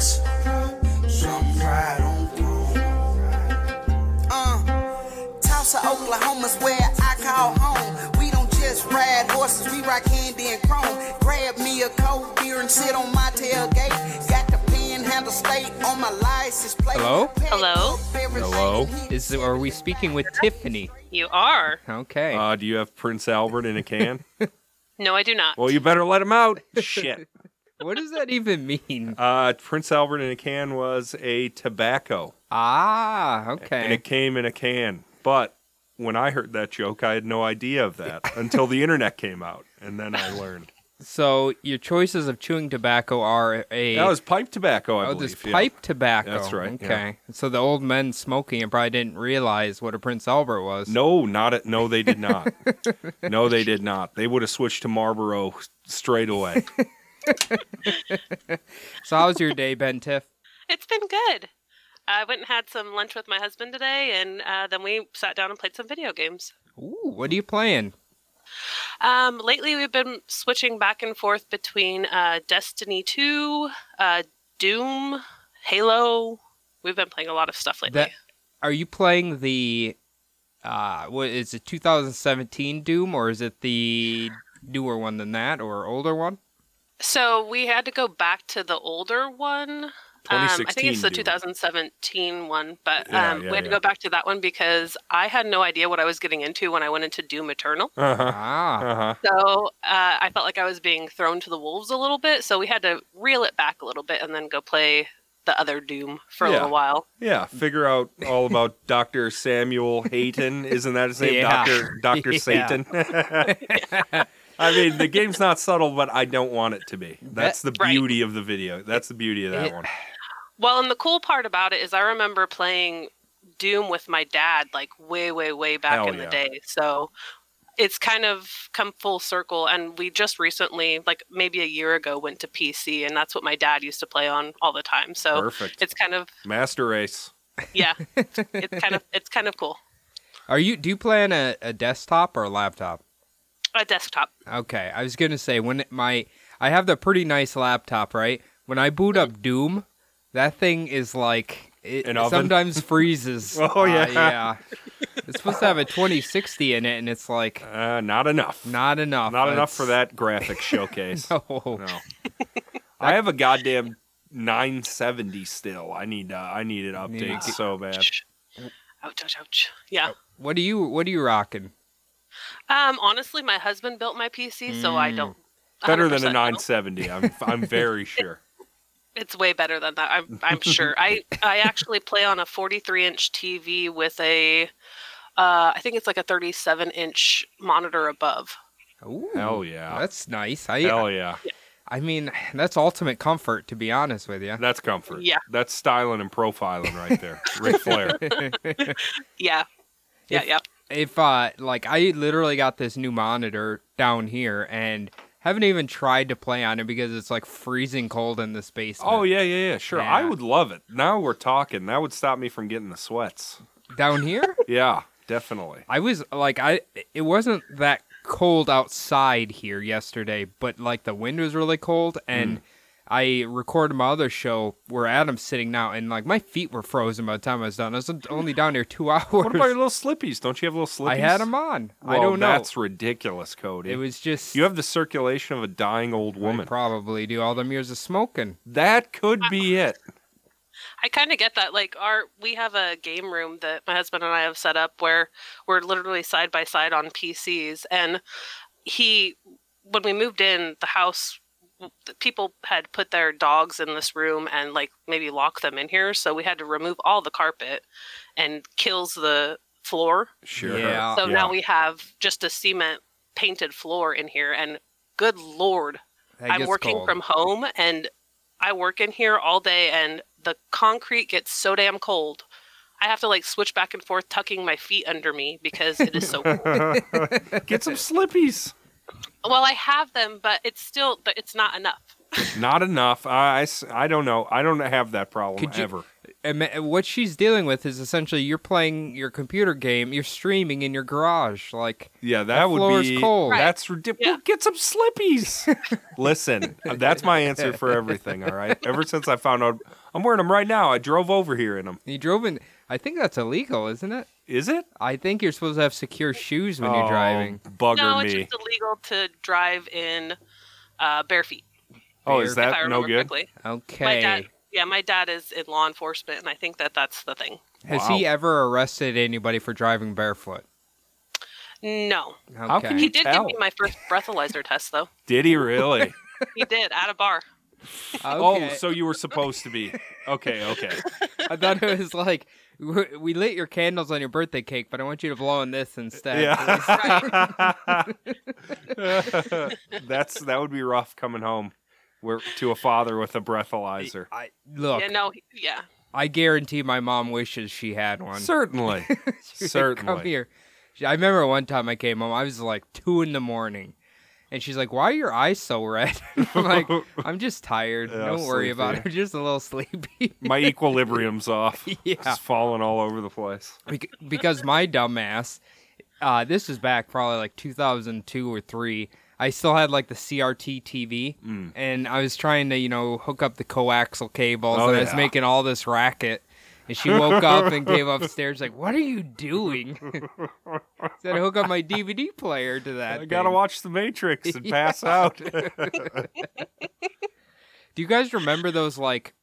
Uh, Oklahoma's where I call home. We don't just ride horses, we ride candy and chrome. Grab me a cold beer and sit on my tailgate. Got the panhandle state on my license plate. Hello? Hello? Hello? Is are we speaking with Tiffany? You are. Okay. Uh, do you have Prince Albert in a can? No, I do not. well, you better let him out. Shit. what does that even mean? Uh, Prince Albert in a can was a tobacco, Ah, and okay. it came in a can. But when I heard that joke, I had no idea of that until the internet came out, and then I learned So your choices of chewing tobacco are a that was pipe tobacco. I oh, believe. this yeah. pipe tobacco. That's right, yeah. Okay. So the old men smoking it probably didn't realize what a Prince Albert was. No, not at no. They did not. no, they did not. They would have switched to Marlboro straight away. So how's your day, Ben Tiff? It's been good. I went and had some lunch with my husband today, and uh, then we sat down and played some video games. Ooh, what are you playing? Um, lately, we've been switching back and forth between uh, Destiny 2, uh, Doom, Halo. We've been playing a lot of stuff lately. That are you playing the uh what is it 2017 Doom or is it the newer one than that or older one? So we had to go back to the older one. Um, I think 2016 it's the Doom. 2017 one, but um, Yeah, yeah, we had to yeah. go back to that one because I had no idea what I was getting into when I went into Doom Eternal. Uh huh. Ah. Uh huh. So uh, I felt like I was being thrown to the wolves a little bit. So we had to reel it back a little bit and then go play the other Doom for a Yeah. little while. Yeah, figure out all about Doctor Samuel Hayton. Isn't that his name, Yeah. Doctor Doctor Yeah. Satan? I mean, the game's not subtle, but I don't want it to be. That's the Right. beauty of the video. That's the beauty of that It- one. Well, and the cool part about it is I remember playing Doom with my dad like way, way, way back Hell in the yeah. day. So it's kind of come full circle. And we just recently, like maybe a year ago, went to PC, and that's what my dad used to play on all the time. oh, So Perfect. it's kind of Master Race. yeah, it's kind of it's kind of cool. Are you do you play on a, a desktop or a laptop? A desktop. Okay, I was gonna say when it- my I have the pretty nice laptop, right? When I boot up Doom, that thing is like it An oven? sometimes freezes. Oh, Uh, yeah. yeah. It's supposed to have a 2060 in it, and it's like Uh, not enough. not Not, enough. enough for It's- that graphic showcase. No. No. I have a goddamn 970 still. I need uh, I need an Need to get- update so bad. Ouch, ouch, ouch. Yeah. What do you What are you rocking? Um, honestly, my husband built my PC, so I Mm. don't. Better than 100% a know. 970. I'm I'm very sure. It's way better than that. I'm I'm sure. I I actually play on a 43 inch TV with a, uh, I think it's like a 37 inch monitor above. Ooh, Hell yeah. that's nice. I Hell yeah. I mean, that's ultimate comfort, to be honest with you. That's comfort. Yeah. That's styling and profiling right there. Ric Flair. Yeah, yeah, If- yeah. if uh like I literally got this new monitor down here and haven't even tried to play on it because it's like freezing cold in this basement. Oh yeah, yeah, yeah. Sure. I Yeah. would love it. Now we're talking. That would stop me from getting the sweats. Down here? Yeah, definitely. I was like I it wasn't that cold outside here yesterday, but like the wind was really cold Mm. and I recorded my other show where Adam's sitting now, and like my feet were frozen by the time I was done. I was only down here two hours. What about your little slippies? Don't you have little slippies? I had them on. I Well, don't know. That's ridiculous, Cody. it was just you have the circulation of a dying old I woman. probably do all them years of smoking. that could be Uh, it. I kind of get that. Like our, we have a game room that my husband and I have set up where we're literally side by side on PCs. And he, when we moved in, the house, the people had put their dogs in this room and like maybe lock them in here. So we had to remove all the carpet and kills the floor. Sure. Yeah. So now we have just a cement painted floor in here. And good lord, That I'm gets working cold. from home and I work in here all day and the concrete gets so damn cold. I have to like switch back and forth tucking my feet under me because it is so cold. Get some slippies. well, I have them, but it's still but it's not enough. Not enough. I, I s- I don't know. I don't have that problem Could you- ever. And ma- what she's dealing with is essentially you're playing your computer game, you're streaming in your garage. Like, Yeah, that, That would floor is be cold. Right. That's Yeah. ridiculous. get some slippies. Listen, that's my answer for everything. All right. Ever since I found out, I'm wearing them right now. I drove over here in them. you drove in. I think that's illegal, isn't it? Is it? I think you're supposed to have secure shoes when you're driving. Oh, bugger no, it's me. just illegal to drive in uh, bare feet. oh, is fair, if I that no remember good? correctly. Okay. My dad, yeah, my dad is in law enforcement, and I think that that's the thing. Has Wow. he ever arrested anybody for driving barefoot? No, Okay. can he you did tell? give me my first breathalyzer test, though. Did he really? He did at a bar. Oh, Okay. so you were supposed to be. Okay, okay. I thought it was like we we lit your candles on your birthday cake, but I want you to blow on this instead. Yeah. That's that would be rough coming home where, to a father with a breathalyzer. I, look, Yeah, no, he- yeah. I guarantee my mom wishes she had one. Certainly. She would Come certainly. here. She- I remember one time I came home. I was like two in the morning, and she's like, "Why are your eyes so red?" I'm like, "I'm just tired. Yeah, Don't worry about it. sleepy. I'm just a little sleepy." My equilibrium's off. Yeah. It's falling all over the place. Bec- because my dumbass, uh, this is back probably like 2002 or three. I still had like the CRT TV, Mm. and I was trying to you know hook up the coaxial cables, Oh, and I was yeah. making all this racket. And she woke up and came upstairs like, "What are you doing?" Said, "Hook up my DVD player to that." I gotta thing." watch The Matrix and pass out. Do you guys remember those like?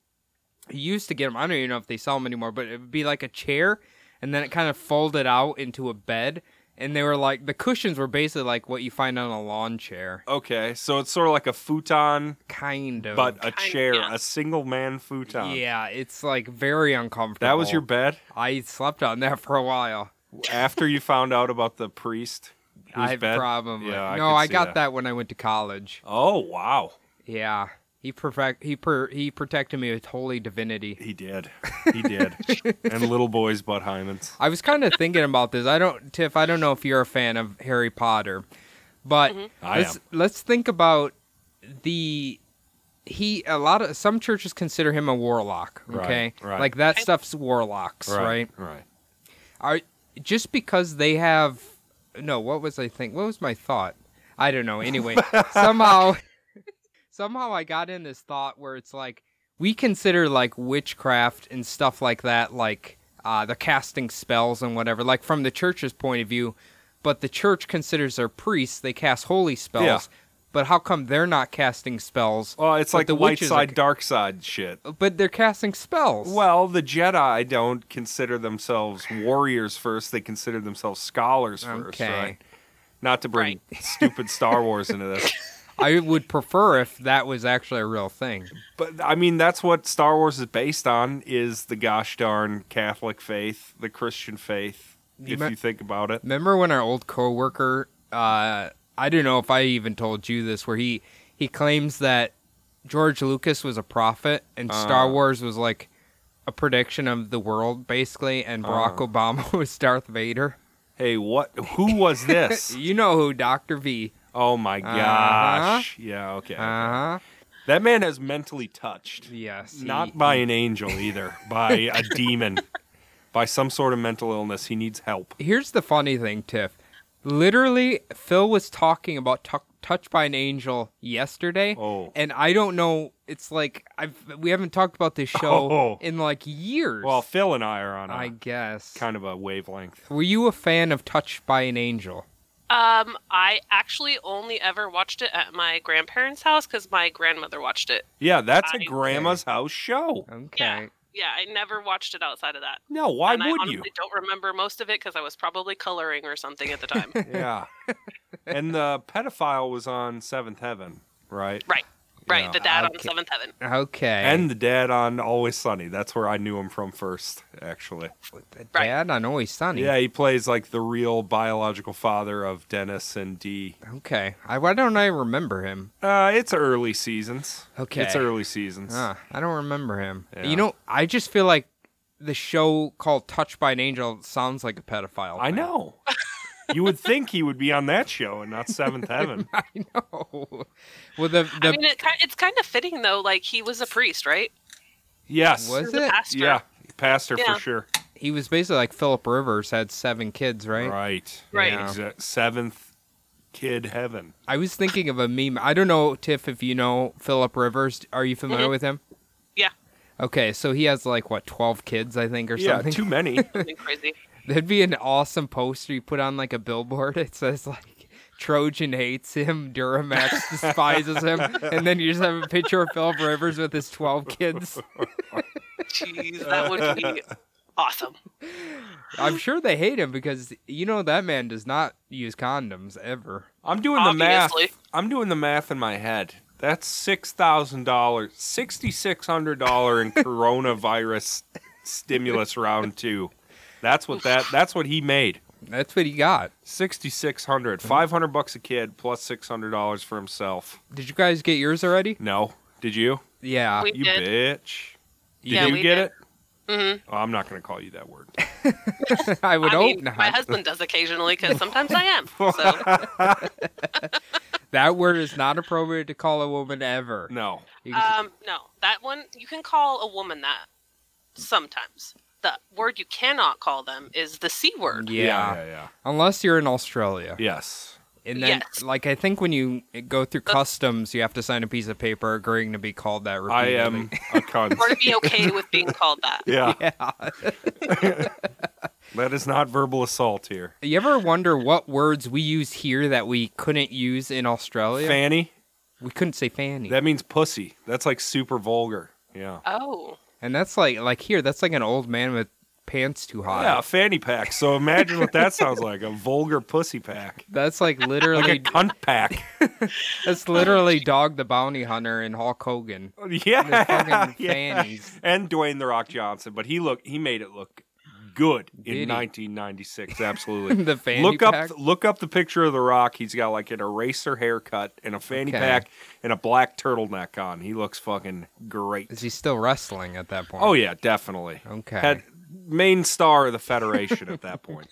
You used to get them. I don't even know if they sell them anymore, but it would be like a chair, and then it kind of folded out into a bed, and they were like the cushions were basically like what you find on a lawn chair, okay, so it's sort of like a futon, kind of. but a Kind- chair, yeah. a single man futon. Oh. yeah, it's like very uncomfortable. That was your bed I slept on that for a while. after you found out about the priest. whose I bed? probably Yeah, no. could I see got that when I went to college. Oh wow, Yeah, he perfect he per- he protected me with holy divinity. he did, he did, and little boys butt hymens. I was kind of thinking about this. I don't, Tiff. I don't know if you're a fan of Harry Potter, but I let's am. let's think about the he. A lot of some churches consider him a warlock. Right, Okay, right. like that stuff's warlocks, right? right. Are just because they have no. What was I think? What was my thought? I don't know. Anyway, somehow, somehow I got in this thought where it's like we consider like witchcraft and stuff like that, like uh, the casting spells and whatever, like from the church's point of view. But the church considers their priests; they cast holy spells. Yeah. But how come they're not casting spells? Well, it's But like the the light witches are side, ca- dark side shit. But they're casting spells. Well, the Jedi don't consider themselves warriors first; they consider themselves scholars first, Okay. right? Not to bring stupid Star Wars into this, I would prefer if that was actually a real thing. but I mean that's what Star Wars is based on: is the gosh darn Catholic faith, the Christian faith. if me- you think about it, Remember when our old coworker? Uh, I don't know if I even told you this, where he he claims that George Lucas was a prophet and Star Wars was like a prediction of the world, basically, and Barack Obama was Darth Vader. hey, what? Who was this? You Uh-huh. know who Doctor V? oh my gosh! Yeah, okay. Uh huh. That man has mentally touched. Yes. he- Not by an angel either, by a demon, by some sort of mental illness. He needs help. Here's the funny thing, Tiff. Literally, Phil was talking about tuck Touched by an Angel yesterday, Oh. and I don't know. It's like I've we haven't talked about this show Oh. in like years. Well, Phil and I are on a I guess. kind of a wavelength. Were you a fan of Touched by an Angel? Um, I actually only ever watched it at my grandparents' house because my grandmother watched it. Yeah, that's a I- grandma's house show. Okay. Yeah, yeah. I never watched it outside of that. No, why and I would honestly you? don't remember most of it because I was probably coloring or something at the time. Yeah. and the pedophile was on Seventh Heaven, right? right, right. Yeah. the dad on Okay. Seventh Heaven. Okay. And the dad on Always Sunny. That's where I knew him from first, actually. the right. dad on Always Sunny. Yeah, he plays like the real biological father of Dennis and Dee. Okay. I, why don't I remember him? Uh, it's early seasons. Okay. Ah. It's early seasons. Huh, I don't remember him. Yeah. You know, I just feel like the show called Touched by an Angel sounds like a pedophile. I thing. know. you would think he would be on that show and not Seventh Heaven. I know. Well, the the I mean, it, ki- it's kind of fitting though. Like he was a priest, right? Yes. was The it? pastor. Yeah, pastor Yeah. for sure. He was basically like Philip Rivers had seven kids, right? Right. Right. Yeah. Exa- Seventh kid heaven. I was thinking of a meme. I don't know, Tiff, if you know Philip Rivers. Are you familiar Mm-hmm. with him? Yeah. Okay, so he has like what twelve kids, I think, or yeah, something. too many. Something crazy. That'd be an awesome poster you put on like a billboard. It says like Trojan hates him, Duramax despises him, and then you just have a picture of Philip Rivers with his twelve kids. Jeez, that would be awesome. I'm sure they hate him because you know that man does not use condoms ever. I'm doing the Obviously. math. I'm doing the math in my head. That's six thousand dollars, sixty six hundred dollar in coronavirus stimulus round two. That's what that. That's what he made. That's what he got. Sixty six hundred, Mm-hmm. five hundred bucks a kid, plus six hundred dollars for himself. Did you guys get yours already? No, did you? Yeah. We- You did. bitch. Did Yeah, you we get did. Mm-hmm. it? Oh, I'm not going to call you that word. I would I hope mean, not. my husband does occasionally because sometimes I am. So that word is not appropriate to call a woman ever. No. You can- um, no, that one you can call a woman that sometimes. The word you cannot call them is the c word. yeah. yeah, yeah. Unless you're in Australia. Yes. And then, Yes. like, I think when you go through customs, you have to sign a piece of paper agreeing to be called that I um, repeatedly. am a cunt. Or to be okay with being called that. Yeah. that is not verbal assault here. You ever wonder what words we use here that we couldn't use in Australia? Fanny, we couldn't say fanny. that means pussy. That's like super vulgar. Yeah. Oh, and that's like, like here, that's like an old man with pants too high. Yeah, a fanny pack. So imagine what that sounds like a vulgar pussy pack. That's like Like a literally, cunt pack. that's literally Dog the Bounty Hunter and Hulk Hogan. They're yeah. fucking yeah. fannies. and Dwayne the Rock Johnson, but he look he made it look good in Did he? 1996. Absolutely, The fanny look pack? up look up the picture of the Rock. He's got like an eraser haircut and a fanny Okay. pack and a black turtleneck on. He looks fucking great. Is he still wrestling at that point? Oh yeah, definitely. Okay. Had main star of the Federation at that point.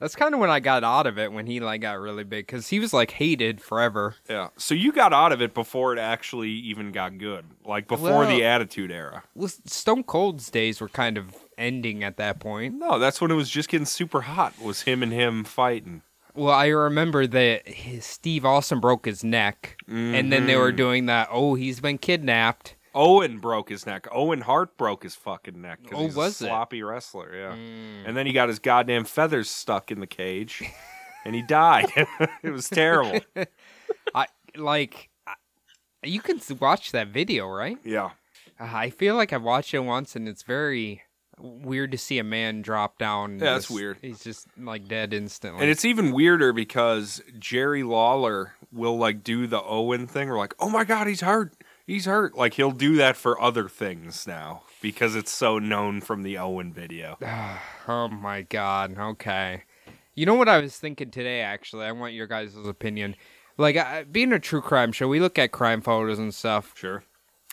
That's kind of when I got out of it when he like got really big because he was like hated forever. Yeah. So you got out of it before it actually even got good, like before Well- the Attitude Era. Well, Stone Cold's days were kind of ending at that point. No, that's when it was just getting super hot. Was him and him fighting. Well, I remember that his, Steve Austin broke his neck, and then they were Mm-hmm. doing that. Oh, he's been kidnapped. Owen broke his neck. Owen Hart broke his fucking neck because Oh, he's was a it? sloppy wrestler. Yeah, and then he got his goddamn feathers stuck in the cage, and he died. it was terrible. I like. I- You can s- watch that video, right? Yeah, Uh, I feel like I've watched it once, and it's very weird to see a man drop down. Yeah, it's just- weird. He's just like dead instantly. and it's even weirder because Jerry Lawler will like do the Owen thing. We're like, oh my god, he's hurt. He's hurt. Like he'll do that for other things now because it's so known from the Owen video. Oh my god. Okay. You know what I was thinking today actually. I want your guys' opinion. Like I, being a true crime show, we look at crime photos and stuff. Sure.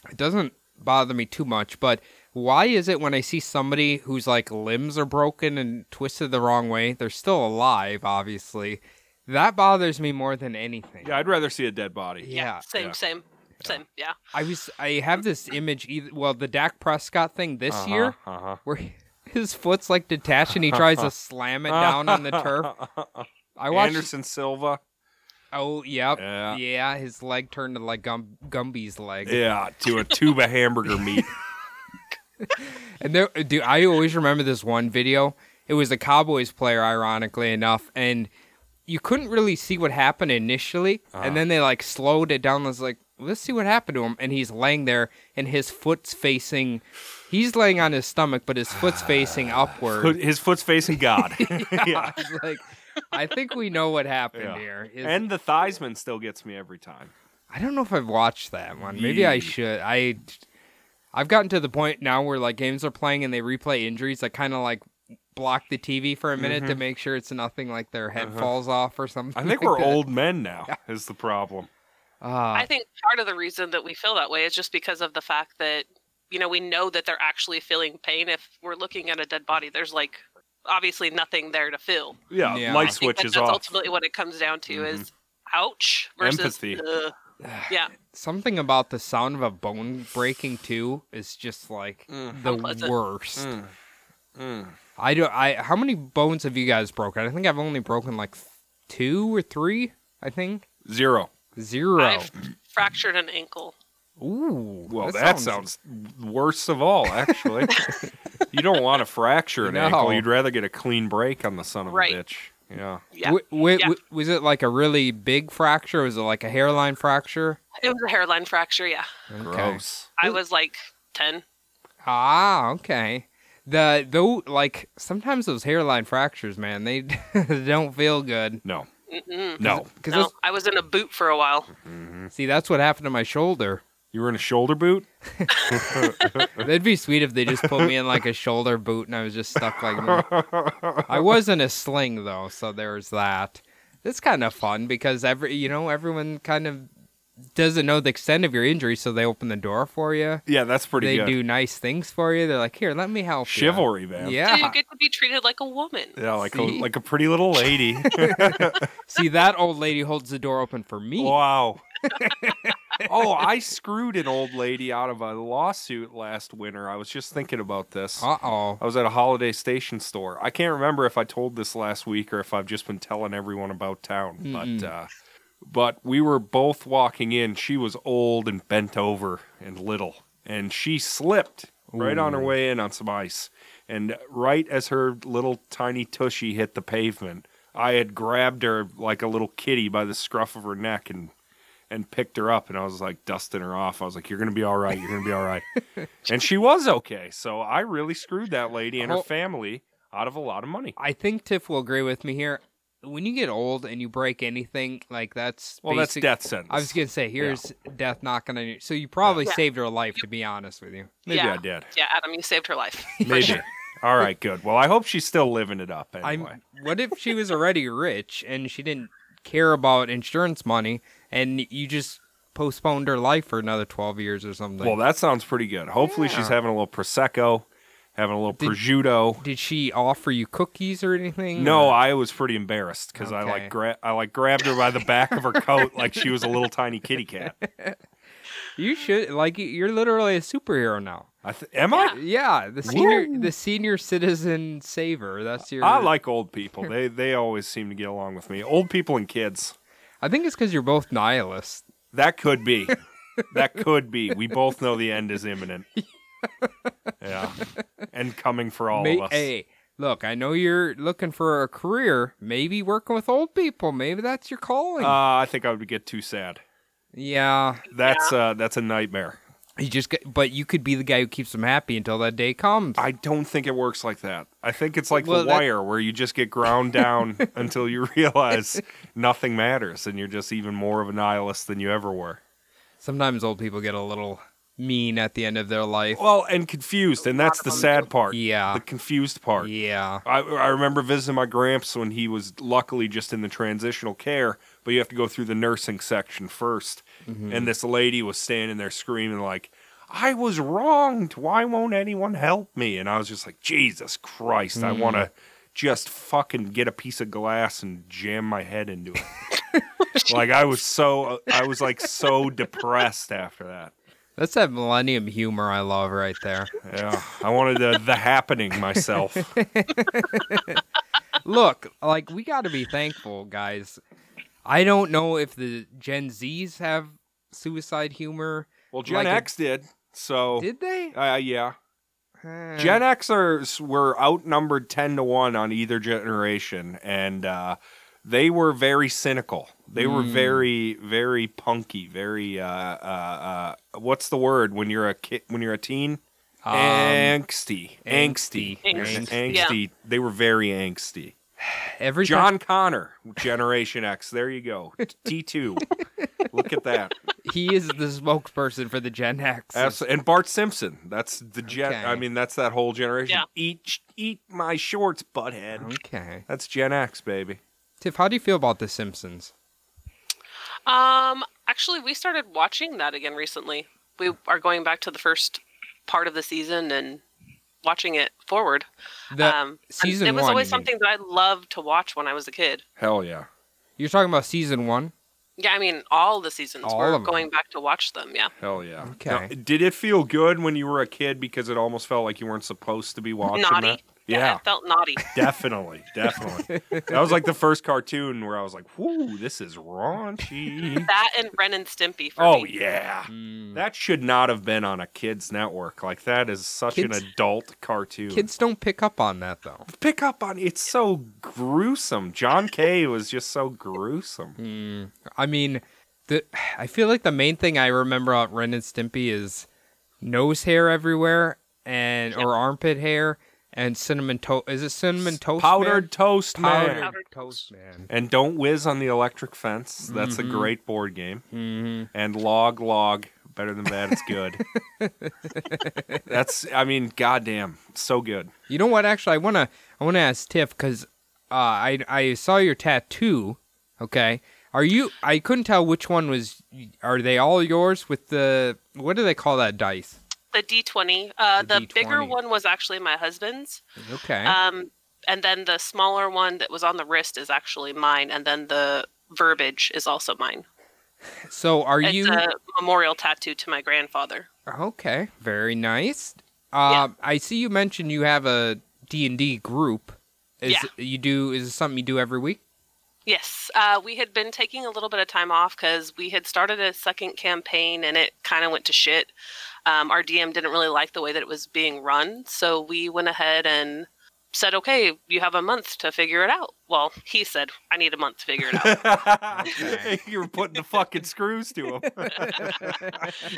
It doesn't bother me too much, but why is it when I see somebody whose like limbs are broken and twisted the wrong way, they're still alive obviously. That bothers me more than anything. Yeah, I'd rather see a dead body. Yeah. same, Yeah. same, same. Yeah. I was I have this image either, well, the Dak Prescott thing this year Uh huh. where he- his foot's like detached and he tries to slam it down on the turf. I watched. Anderson Silva. Oh, yep. Yeah. Yeah. his leg turned to like Gum- Gumby's leg. Yeah, to a tube of hamburger meat. And there, dude, I always remember this one video. It was a Cowboys player, ironically enough, and you couldn't really see what happened initially. Uh-huh. And then they like slowed it down. and was like, let's see what happened to him. And he's laying there, and his foot's facing. He's laying on his stomach, but his foot's facing upward. Put- His foot's facing God. yeah. I was like, I think we know what happened Yeah. here. It's- And the Theismann still gets me every time. I don't know if I've watched that one. Maybe I Ye- should. I I've gotten to the point now where like games are playing and they replay injuries. I kind of like block the TV for a minute to make sure it's nothing like their head falls off or something. Mm-hmm. Uh-huh. I think like we're that. old men now, is the problem. Ah, I think part of the reason that we feel that way is just because of the fact that, you know, we know that they're actually feeling pain. If we're looking at a dead body, there's like obviously nothing there to feel. Yeah, Yeah. I think light think switch that is that's off. Mm-hmm. ultimately what it comes down to is ouch versus Empathy. "Ugh." yeah something about the sound of a bone breaking too is just like the Unpleasant. worst. Mm. I do. I how many bones have you guys broken? I think I've only broken like th- two or three. I think Zero. 0 i've fractured an ankle Ooh, Well, that, sounds... worse of all, actually. You don't want to fracture an No. ankle. You'd rather get a clean break on the son of Right. a bitch. Yeah. Yeah. W- w- Yeah. w- was it like a really big fracture? Was it like a hairline fracture? It was a hairline fracture. Yeah. Okay. Gross. I was like 10. Ah, okay. The though, like sometimes those hairline fractures, man, they don't feel good. No. Mm-mm. No. Cause No, I was in a boot for a while. that's- see, that's what happened to my shoulder. You were in a shoulder boot? That'd be sweet if they just put me in like a shoulder boot and I was just stuck like. that. I was in a sling though, so there's that. It's kind of fun because every you know everyone kind of doesn't know the extent of your injury, so they open the door for you. Yeah, that's pretty They good. do nice things for you. They're like, here, let me help you. Chivalry, man. So Yeah. you get to be treated like a woman. Yeah, like a, See? like a pretty little lady. See, that old lady holds the door open for me. wow. oh, I screwed an old lady out of a lawsuit last winter. I was just thinking about this. Uh oh. I was at a holiday station store. I can't remember if I told this last week or if I've just been telling everyone about town. But uh, but we were both walking in. She was old and bent over and little, and she slipped right on her way in on some ice. And right as her little tiny tushy hit the pavement, I had grabbed her like a little kitty by the scruff of her neck and and picked her up and I was like dusting her off. I was like, You're gonna be all right, you're gonna be all right. and she was okay. So I really screwed that lady and her Oh. family out of a lot of money. I think Tiff will agree with me here. When you get old and you break anything, like that's Well, basic- that's death sentence. I was gonna say, here's death knocking on you. So you probably Yeah. saved her life, to be honest with you. Maybe yeah. I did. Yeah, Adam, you saved her life. Maybe. all right, good. Well, I hope she's still living it up anyway. I'm. What if she was already rich and she didn't care about insurance money, and you just postponed her life for another twelve years or something? well, that sounds pretty good. Hopefully she's having a little prosecco, having a little prosciutto. did she offer you cookies or anything? No, Or- I was pretty embarrassed because I Okay. like gra- I like grabbed her by the back of her coat like she was a little tiny kitty cat. you should like you- you're literally a superhero now. I th- am I? Yeah, the senior the senior citizen saver. That's your. I like old people. They they always seem to get along with me. Old people and kids. I think it's because you're both nihilists. That could be. That could be. We both know the end is imminent. Yeah. And coming for all May- of us. Hey, look, I know you're looking for a career. Maybe working with old people. Maybe that's your calling. Uh, I think I would get too sad. yeah, That's uh that's a nightmare. you just. Get, but you could be the guy who keeps them happy until that day comes. I don't think it works like that. I think it's like Well, the that- wire where you just get ground down until you realize nothing matters and you're just even more of a nihilist than you ever were. Sometimes old people get a little mean at the end of their life. Well, and confused, and that's the sad part. Yeah. The confused part. yeah. I, I remember visiting my gramps when he was luckily just in the transitional care, but you have to go through the nursing section 1st Mm-hmm. And this lady was standing there screaming like, "I was wronged. Why won't anyone help me?" And I was just like, "Jesus Christ, I want Mm-hmm. to just fucking get a piece of glass and jam my head into it." like I was so I was like so depressed after that. That's that millennium humor I love right there. Yeah, I wanted the, the happening myself. look, like we got to be thankful, guys. I don't know if the Gen Zs have suicide humor. Well, Gen Like a- X did. So Did they? Uh, yeah. Uh, Gen Xers were outnumbered 10 to 1 on either generation, and uh, they were very cynical. They were very, very punky, very, uh, uh, uh, what's the word when you're a kid, when you're a teen? Um, angsty. angsty. Angsty. Angsty. Angsty. They were very angsty. Um, every time John Connor, Generation X. There you go. T2. Look at that. he is the spokesperson for the Gen X. Abso- and Bart Simpson. That's the gen. Okay. I mean, that's that whole generation. Yeah. Eat, eat my shorts, Uh-huh. butthead. Okay, That's Gen X, baby. Tiff, how do you feel about The Simpsons? Um, actually, we started watching that again recently. We are going back to the first part of the season and watching it forward. The um, and season it was one, always you mean. something that I loved to watch when I was a kid. Hell yeah. You're talking about season one. Yeah, I mean, all the seasons. All we're of 'em. going back to watch them. Yeah. Hell yeah. Okay. did it feel good when you were a kid because it almost felt like you weren't supposed to be watching Naughty. that? Yeah, Yeah. it felt naughty. Definitely, definitely. that was like the first cartoon where I was like, "Whoa, this is raunchy." that and Ren and Stimpy for oh me. yeah, Mm. that should not have been on a kids' network. Like that is such Kids- an adult cartoon. Kids don't pick up on that though. pick up on it's so gruesome. John Kay was just so gruesome. Mm, I mean, the I feel like the main thing I remember about Ren and Stimpy is nose hair everywhere and or armpit hair and cinnamon toast. Is it cinnamon toast? man? Powdered toast, man. powdered, Powdered toast man. And don't whiz on the electric fence. That's Mm-hmm. a great board game. Mhm. And log log. Better than that, it's good. That's I mean, goddamn, so good. You know what? Actually, I wanna I wanna ask Tiff because uh, I I saw your tattoo. Okay, are you? I couldn't tell which one was. Are they all yours with the what do they call that dice? The D twenty. Uh, The the, bigger D20. one was actually my husband's. Okay. Um, and then the smaller one that was on the wrist is actually mine, and then the verbiage is also mine. so are it's you? a memorial tattoo to my grandfather. Okay, very nice. Yeah. Um, I see you mentioned you have a D and D group. Is Yeah. you do is this something you do every week? Yes, uh, we had been taking a little bit of time off because we had started a second campaign and it kind of went to shit. Um, our DM didn't really like the way that it was being run, so we went ahead and said, "Okay, you have a month to figure it out." Well, he said, "I need a month to figure it out." you were putting the fucking screws to him.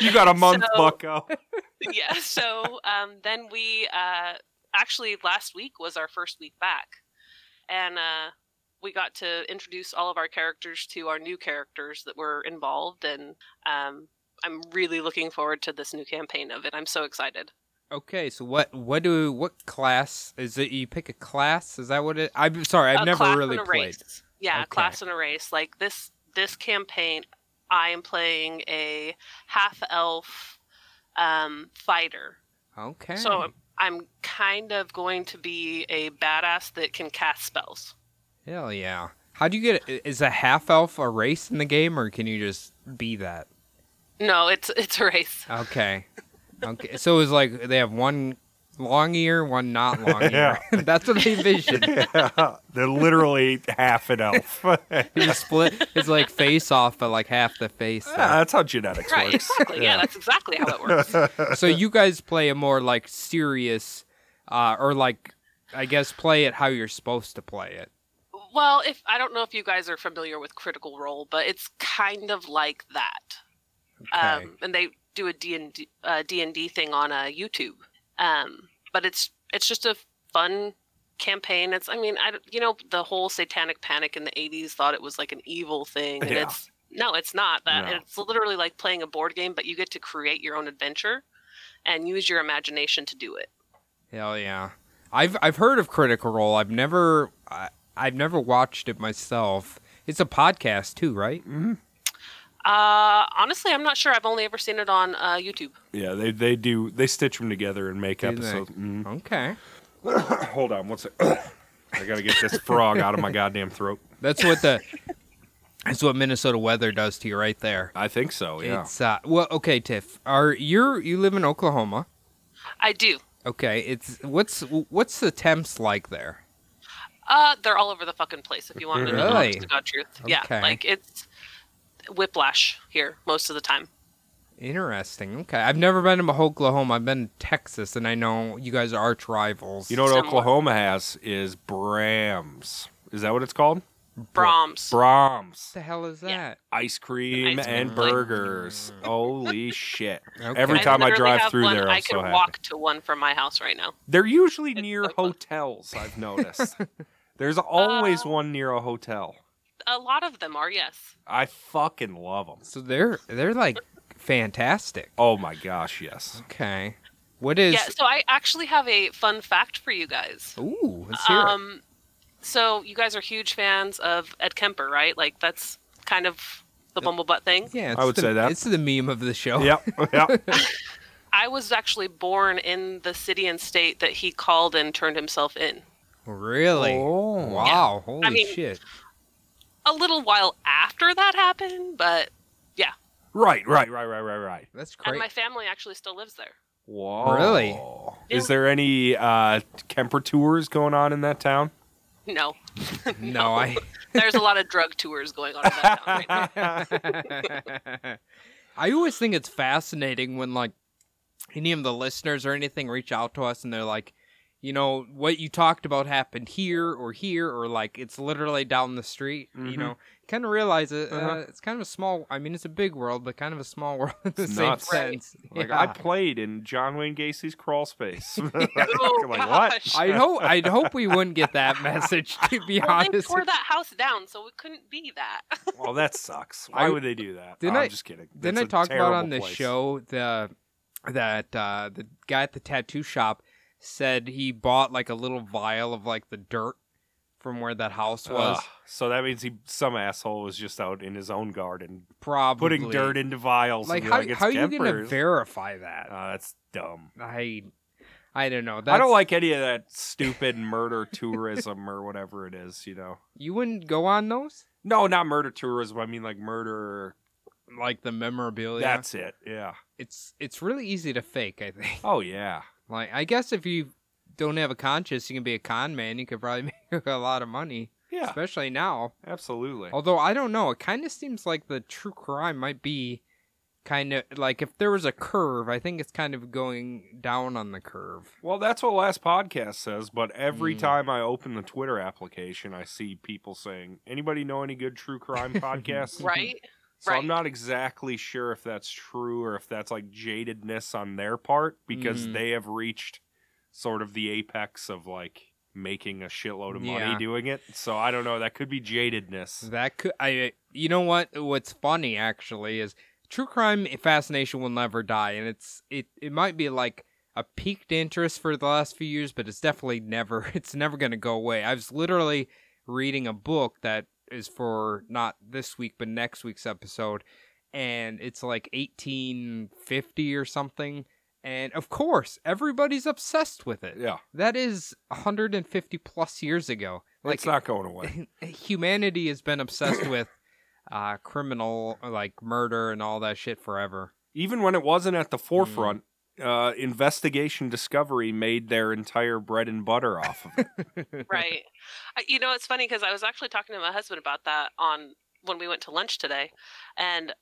you got a month, So- Bucko. yeah. So um, then we uh, actually last week was our first week back, and uh, we got to introduce all of our characters to our new characters that were involved, and um, I'm really looking forward to this new campaign of it. I'm so excited. Okay, so what what do what class is it? You pick a class? Is that what it? I'm sorry, I've A never class really and a played. Race. Yeah, Okay. a class and a race. Like this this campaign, I am playing a half elf um, fighter. Okay, So I'm- I'm kind of going to be a badass that can cast spells. hell yeah. How do you get? i- Is a half elf a race in the game, or can you just be that? No, it's it's a race. Okay, okay. so it's like they have one long ear, one not long ear. That's what they envisioned. They're literally half an elf. You split. It's like face off, but like half the face. Yeah, that's how genetics Right, works. exactly. Yeah. that's exactly how it works. So you guys play a more like serious, uh, or like I guess play it how you're supposed to play it. well, if I don't know if you guys are familiar with Critical Role, but it's kind of like that. Um, and they do a D and D and D thing on uh, YouTube. Um, but it's it's just a fun campaign. It's I mean I don't- you know the whole Satanic Panic in the '80s thought it was like an evil thing, and Yeah. it's no, it's not that. No. It's literally like playing a board game, but you get to create your own adventure and use your imagination to do it. Hell yeah! I've I've heard of Critical Role. I've never I, I've never watched it myself. It's a podcast too, right? Uh, honestly, I'm not sure. I've only ever seen it on uh, YouTube. Yeah, they they do they stitch them together and make they? episodes. Mm-hmm. Mhm. Okay, Hold on, what's it? I gotta get this frog out of my goddamn throat. that's what the that's what Minnesota weather does to you right there. I think so. Yeah. It's uh, well, okay, Tiff. Are you you live in Oklahoma? I do. Okay, it's what's what's the temps like there? Uh, they're all over the fucking place. If you want to know the Really? honest to God truth, Okay. yeah, like it's whiplash here most of the time. Interesting. Okay, I've never been to Oklahoma. I've been to Texas, and I know you guys are arch rivals. you know what Somewhat. Oklahoma has is Brahms. Is that what it's called? Brahms. Brahms. the hell is Yeah. that? Ice cream Ice and cream. burgers. Holy shit! Okay. Every time I, literally drive have through one- there, I'm I so could happy. walk to one from my house right now. They're usually near so close. hotels. I've noticed. There's always one near a hotel. A lot of them are, yes. I fucking love them. So they're they're like fantastic. Oh my gosh, yes. Okay, what is? yeah, so I actually have a fun fact for you guys. Ooh, let's hear it. Um, so you guys are huge fans of Ed Kemper, right? Like that's kind of the bumblebutt thing. Yeah, I would the- say that. it's the meme of the show. Yep, yep. I was actually born in the city and state that he called and turned himself in. Really? Oh. wow! Holy mean- shit! A little while after that happened, but Right, right, right, right, right, right. That's and great. my family actually still lives there. Whoa. Really? Is there any uh, Kemper tours going on in that town? No, No, I. there's a lot of drug tours going on in that town right now. I always think it's fascinating when like any of the listeners or anything reach out to us and they're like, you know, what you talked about happened here or here or like it's literally down the street. You know, kind of realize it. uh Mm-hmm. Uh-huh. it's kind of a small. I mean, it's a big world, but kind of a small world in the It's same nuts. Right. sense. Like Yeah. I played in John Wayne Gacy's crawl space. like Oh, what? gosh. I hope I'd hope we wouldn't get that message. To be Well, they honest, tore that house down, so it couldn't be that. Well, that sucks. Why I- would they do that? Didn't Oh, I- I'm just kidding. Didn't I That's a talk about terrible on the place. show the that uh, the guy at the tattoo shop said he bought like a little vial of like the dirt from where that house was? Ugh. so that means he some asshole was just out in his own garden probably putting dirt into vials. Like and be how, like it's how are you gonna Kemper's." verify that? Uh, that's dumb. I I don't know. I That's- don't like any of that stupid murder tourism or whatever it is. You know? You wouldn't go on those No, not murder tourism. I mean like murder. like the memorabilia. That's it. Yeah. it's it's really easy to fake. I think. Oh yeah. Like I guess if you don't have a conscience, you can be a con man. You could probably make a lot of money, Yeah. especially now. Absolutely. Although I don't know, it kind of seems like the true crime might be kind of like if there was a curve, I think it's kind of going down on the curve. Well, that's what last podcast says, but every Mm. time I open the Twitter application, I see people saying, "Anybody know any good true crime podcasts?" right? So right. I'm not exactly sure if that's true or if that's like jadedness on their part because Mm. they have reached sort of the apex of like making a shitload of money Yeah. doing it. So I don't know, that could be jadedness. That could I you know what what's funny actually is true crime fascination will never die and it's it it might be like a peaked interest for the last few years, but it's definitely never it's never going to go away. I was literally reading a book that is for not this week but next week's episode and it's like 1850 or something and of course everybody's obsessed with it Yeah. that is 150 plus years ago like it's not going away. humanity has been obsessed with uh criminal like murder and all that shit forever even when it wasn't at the forefront, uh, investigation discovery made their entire bread and butter off of it. right. I, you know, it's funny because I was actually talking to my husband about that on when we went to lunch today, and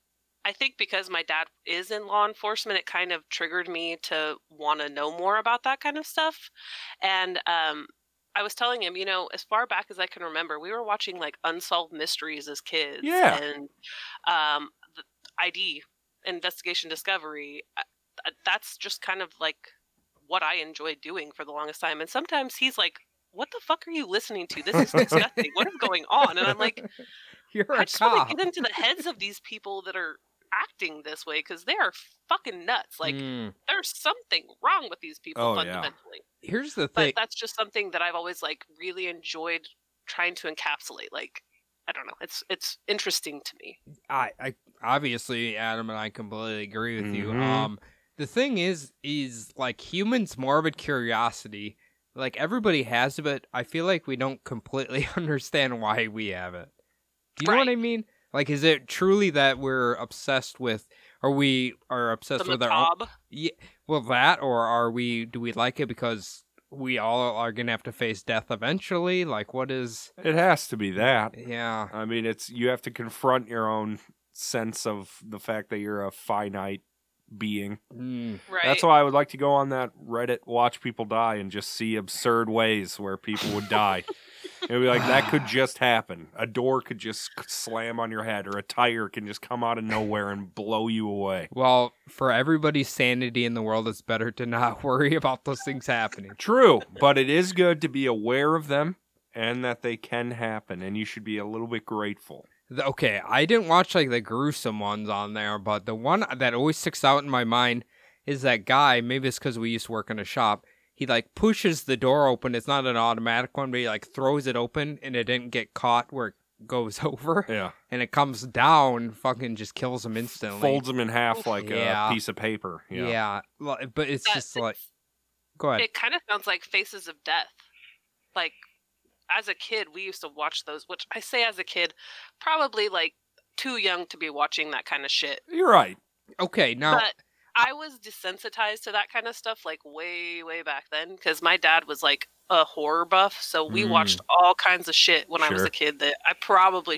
I think because my dad is in law enforcement, it kind of triggered me to want to know more about that kind of stuff, and um. I was telling him, you know, as far back as I can remember, we were watching like unsolved mysteries as kids, Yeah. and um, the ID, investigation discovery. uh, th- That's just kind of like what I enjoy doing for the longest time. And sometimes he's like, "What the fuck are you listening to? This is disgusting. what is going on?" And I'm like, you're "I a just want cop to get into the heads of these people that are acting this way because they are fucking nuts. Like, Mm. there's something wrong with these people Oh, yeah. fundamentally." here's the But thing that's just something that I've always like really enjoyed trying to encapsulate. Like, I don't know. It's it's interesting to me. I, I obviously Adam and I completely agree with you. Mhm. Um, the thing is, is like humans' morbid curiosity. Like everybody has it, but I feel like we don't completely understand why we have it. Do you know what I Right. mean? Like, is it truly that we're obsessed with? Are we are obsessed the with our own? macabre. Well, that or are we? Do we like it because we all are gonna have to face death eventually? Like, what is? It has to be that. Yeah. I mean, it's you have to confront your own sense of the fact that you're a finite being. Mm. Right. That's why I would like to go on that Reddit watch people die and just see absurd ways where people would die. It'd be like that could just happen. A door could just slam on your head or a tire can just come out of nowhere and blow you away. Well, for everybody's sanity in the world, it's better to not worry about those things happening. True, but it is good to be aware of them and that they can happen, and you should be a little bit grateful. The- Okay, I didn't watch like the gruesome ones on there, but the one that always sticks out in my mind is that guy. Maybe it's because we used to work in a shop. He like pushes the door open. It's not an automatic one, but he like throws it open, and it didn't get caught where it goes over, Yeah, and it comes down. Fucking just kills him instantly. folds them in half like Yeah. a piece of paper. Yeah. yeah, li- but it's That- just like go ahead. it kind of sounds like faces of death like as a kid we used to watch those which i say as a kid probably like too young to be watching that kind of shit you're right. Okay, now but I was desensitized to that kind of stuff like way, way back then because my dad was like a horror buff. So we Mm. watched all kinds of shit when I was Sure. a kid that I probably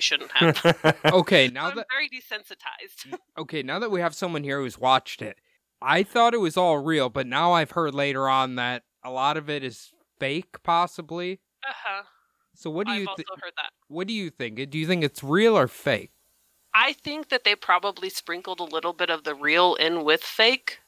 shouldn't have. Okay, now I'm that Mm. very desensitized. okay, now that we have someone here who's watched it, I thought it was all real, but now I've heard later on that a lot of it is fake, possibly. uh-huh. So what do I've you also thi- heard that. what do you think? Do you think it's real or fake? I think that they probably sprinkled a little bit of the real in with fake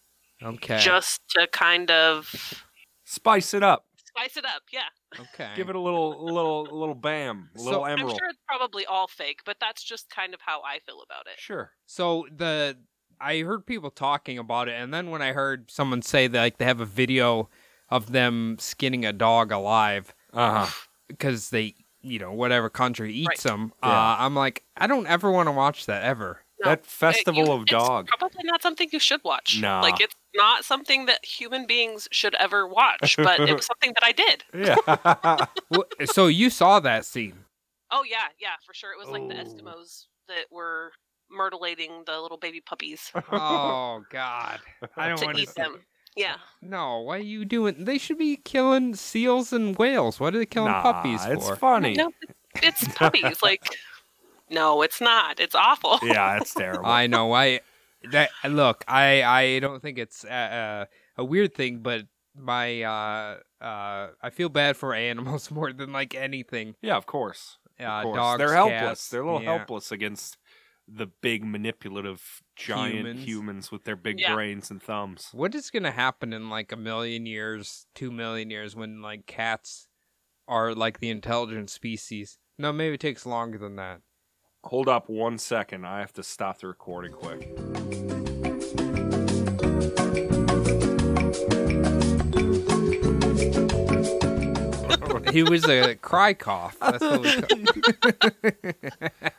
Okay, just to kind of Spice it up. spice it up. Yeah. okay, Give it a little, little, little bam, a So- little I'm emerald. sure it's probably all fake, but that's just kind of how I feel about it. sure. So the I heard people talking about it, and then when I heard someone say that like they have a video of them skinning a dog alive Uh Uh-huh. huh. because they, you know, whatever country eats Right. them, uh, Yeah. I'm like, I don't ever want to watch that ever. No, that festival Uh, you- of dog. It's probably not something you should watch. Nah. Like it's not something that human beings should ever watch, but it was something that I did. yeah. Well, so you saw that scene? Oh yeah, yeah, for sure. It was like the Oh. Eskimos that were myrtleating the little baby puppies Oh God, I don't to want eat them. Yeah. No, why are you doing? They should be killing seals and whales. What are they killing nah, puppies it's for? funny. No, it's, it's puppies. like no, it's not. It's awful. Yeah, it's terrible. I know. I that look. I I don't think it's uh, uh, a weird thing, but my uh uh I feel bad for animals more than like anything. yeah, of course. Of Uh, course. dogs, They're helpless. cats, They're a little yeah. helpless against the big manipulative giant Humans. humans, with their big Yeah. brains and thumbs. What is gonna happen in like a million years, two million years, when like cats are like the intelligent species? No, maybe it takes longer than that. Hold up one second. I have to stop the recording quick. He was a cry cough. That's what we call-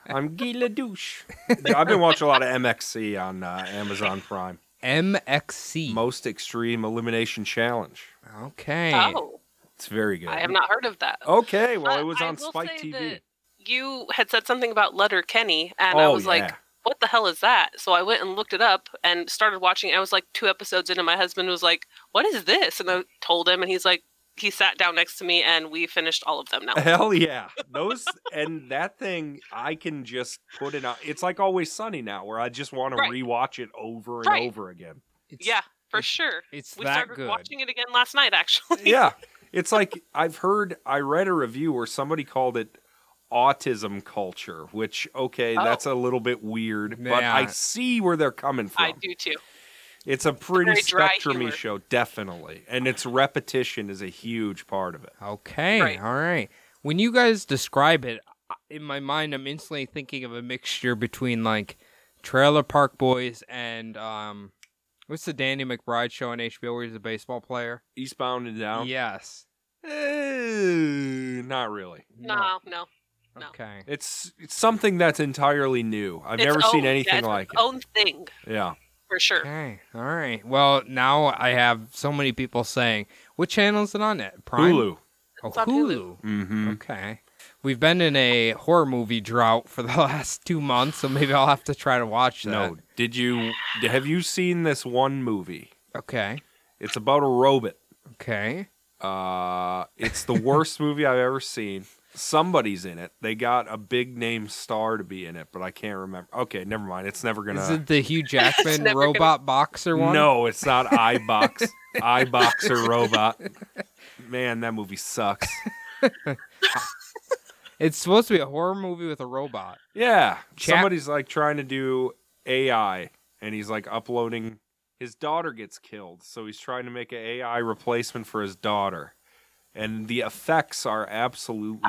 I'm Gila Douche. I've been watching a lot of MXC on uh, Amazon Prime. MXC. Most Extreme Elimination Challenge. okay. Oh, It's very good. I have not heard of that. Okay, well, But it was I on will Spike say TV. that You had said something about Letter Kenny, and I Oh, was like, yeah. "What the hell is that?" So I went and looked it up and started watching. I was like two episodes in, and my husband was like, "What is this?" And I told him, and he's like, he sat down next to me, and we finished all of them now. Hell yeah. Those and that thing, I can just put it on. It's like Always Sunny now, where I just want Right. to rewatch it over and Right. over again. It's- yeah, for sure. It's We that started good. watching it again last night, actually. Yeah. It's like I've heard, I read a review where somebody called it autism culture, which, okay, Oh. that's a little bit weird, but Yeah. I see where they're coming from. I do too. It's a pretty Very dry spectrumy humor. show, definitely. And its repetition is a huge part of it. Okay, Right. all right. When you guys describe it, I- in my mind, I'm instantly thinking of a mixture between like Trailer Park Boys and um, what's the Danny McBride show on HBO where he's a baseball player? Eastbound and Down? Yes. Eh, not really. No, no. no. Okay. It's, it's something that's entirely new. I've It's Oh. never seen own- yeah, anything it's like its own thing it. Yeah. for sure. Okay. All right. Well, now I have so many people saying, "What channel is it on?" It Prime. Hulu. Oh, It's on Hulu. Hulu. Mm-hmm. Okay. We've been in a horror movie drought for the last two months, so maybe I'll have to try to watch that. No. Did you have you seen this one movie? Okay. It's about a robot. Okay. Uh, it's the worst movie I've ever seen. Somebody's in it. They got a big name star to be in it, but I can't remember. Okay, never mind. It's never gonna. Is it the Hugh Jackman never gonna- robot boxer one? No, it's not iBox. iBoxer robot. Man, that movie sucks. It's supposed to be a horror movie with a robot. Yeah, Chat- somebody's like trying to do AI, and he's like uploading. His daughter gets killed, so he's trying to make an AI replacement for his daughter, and the effects are absolutely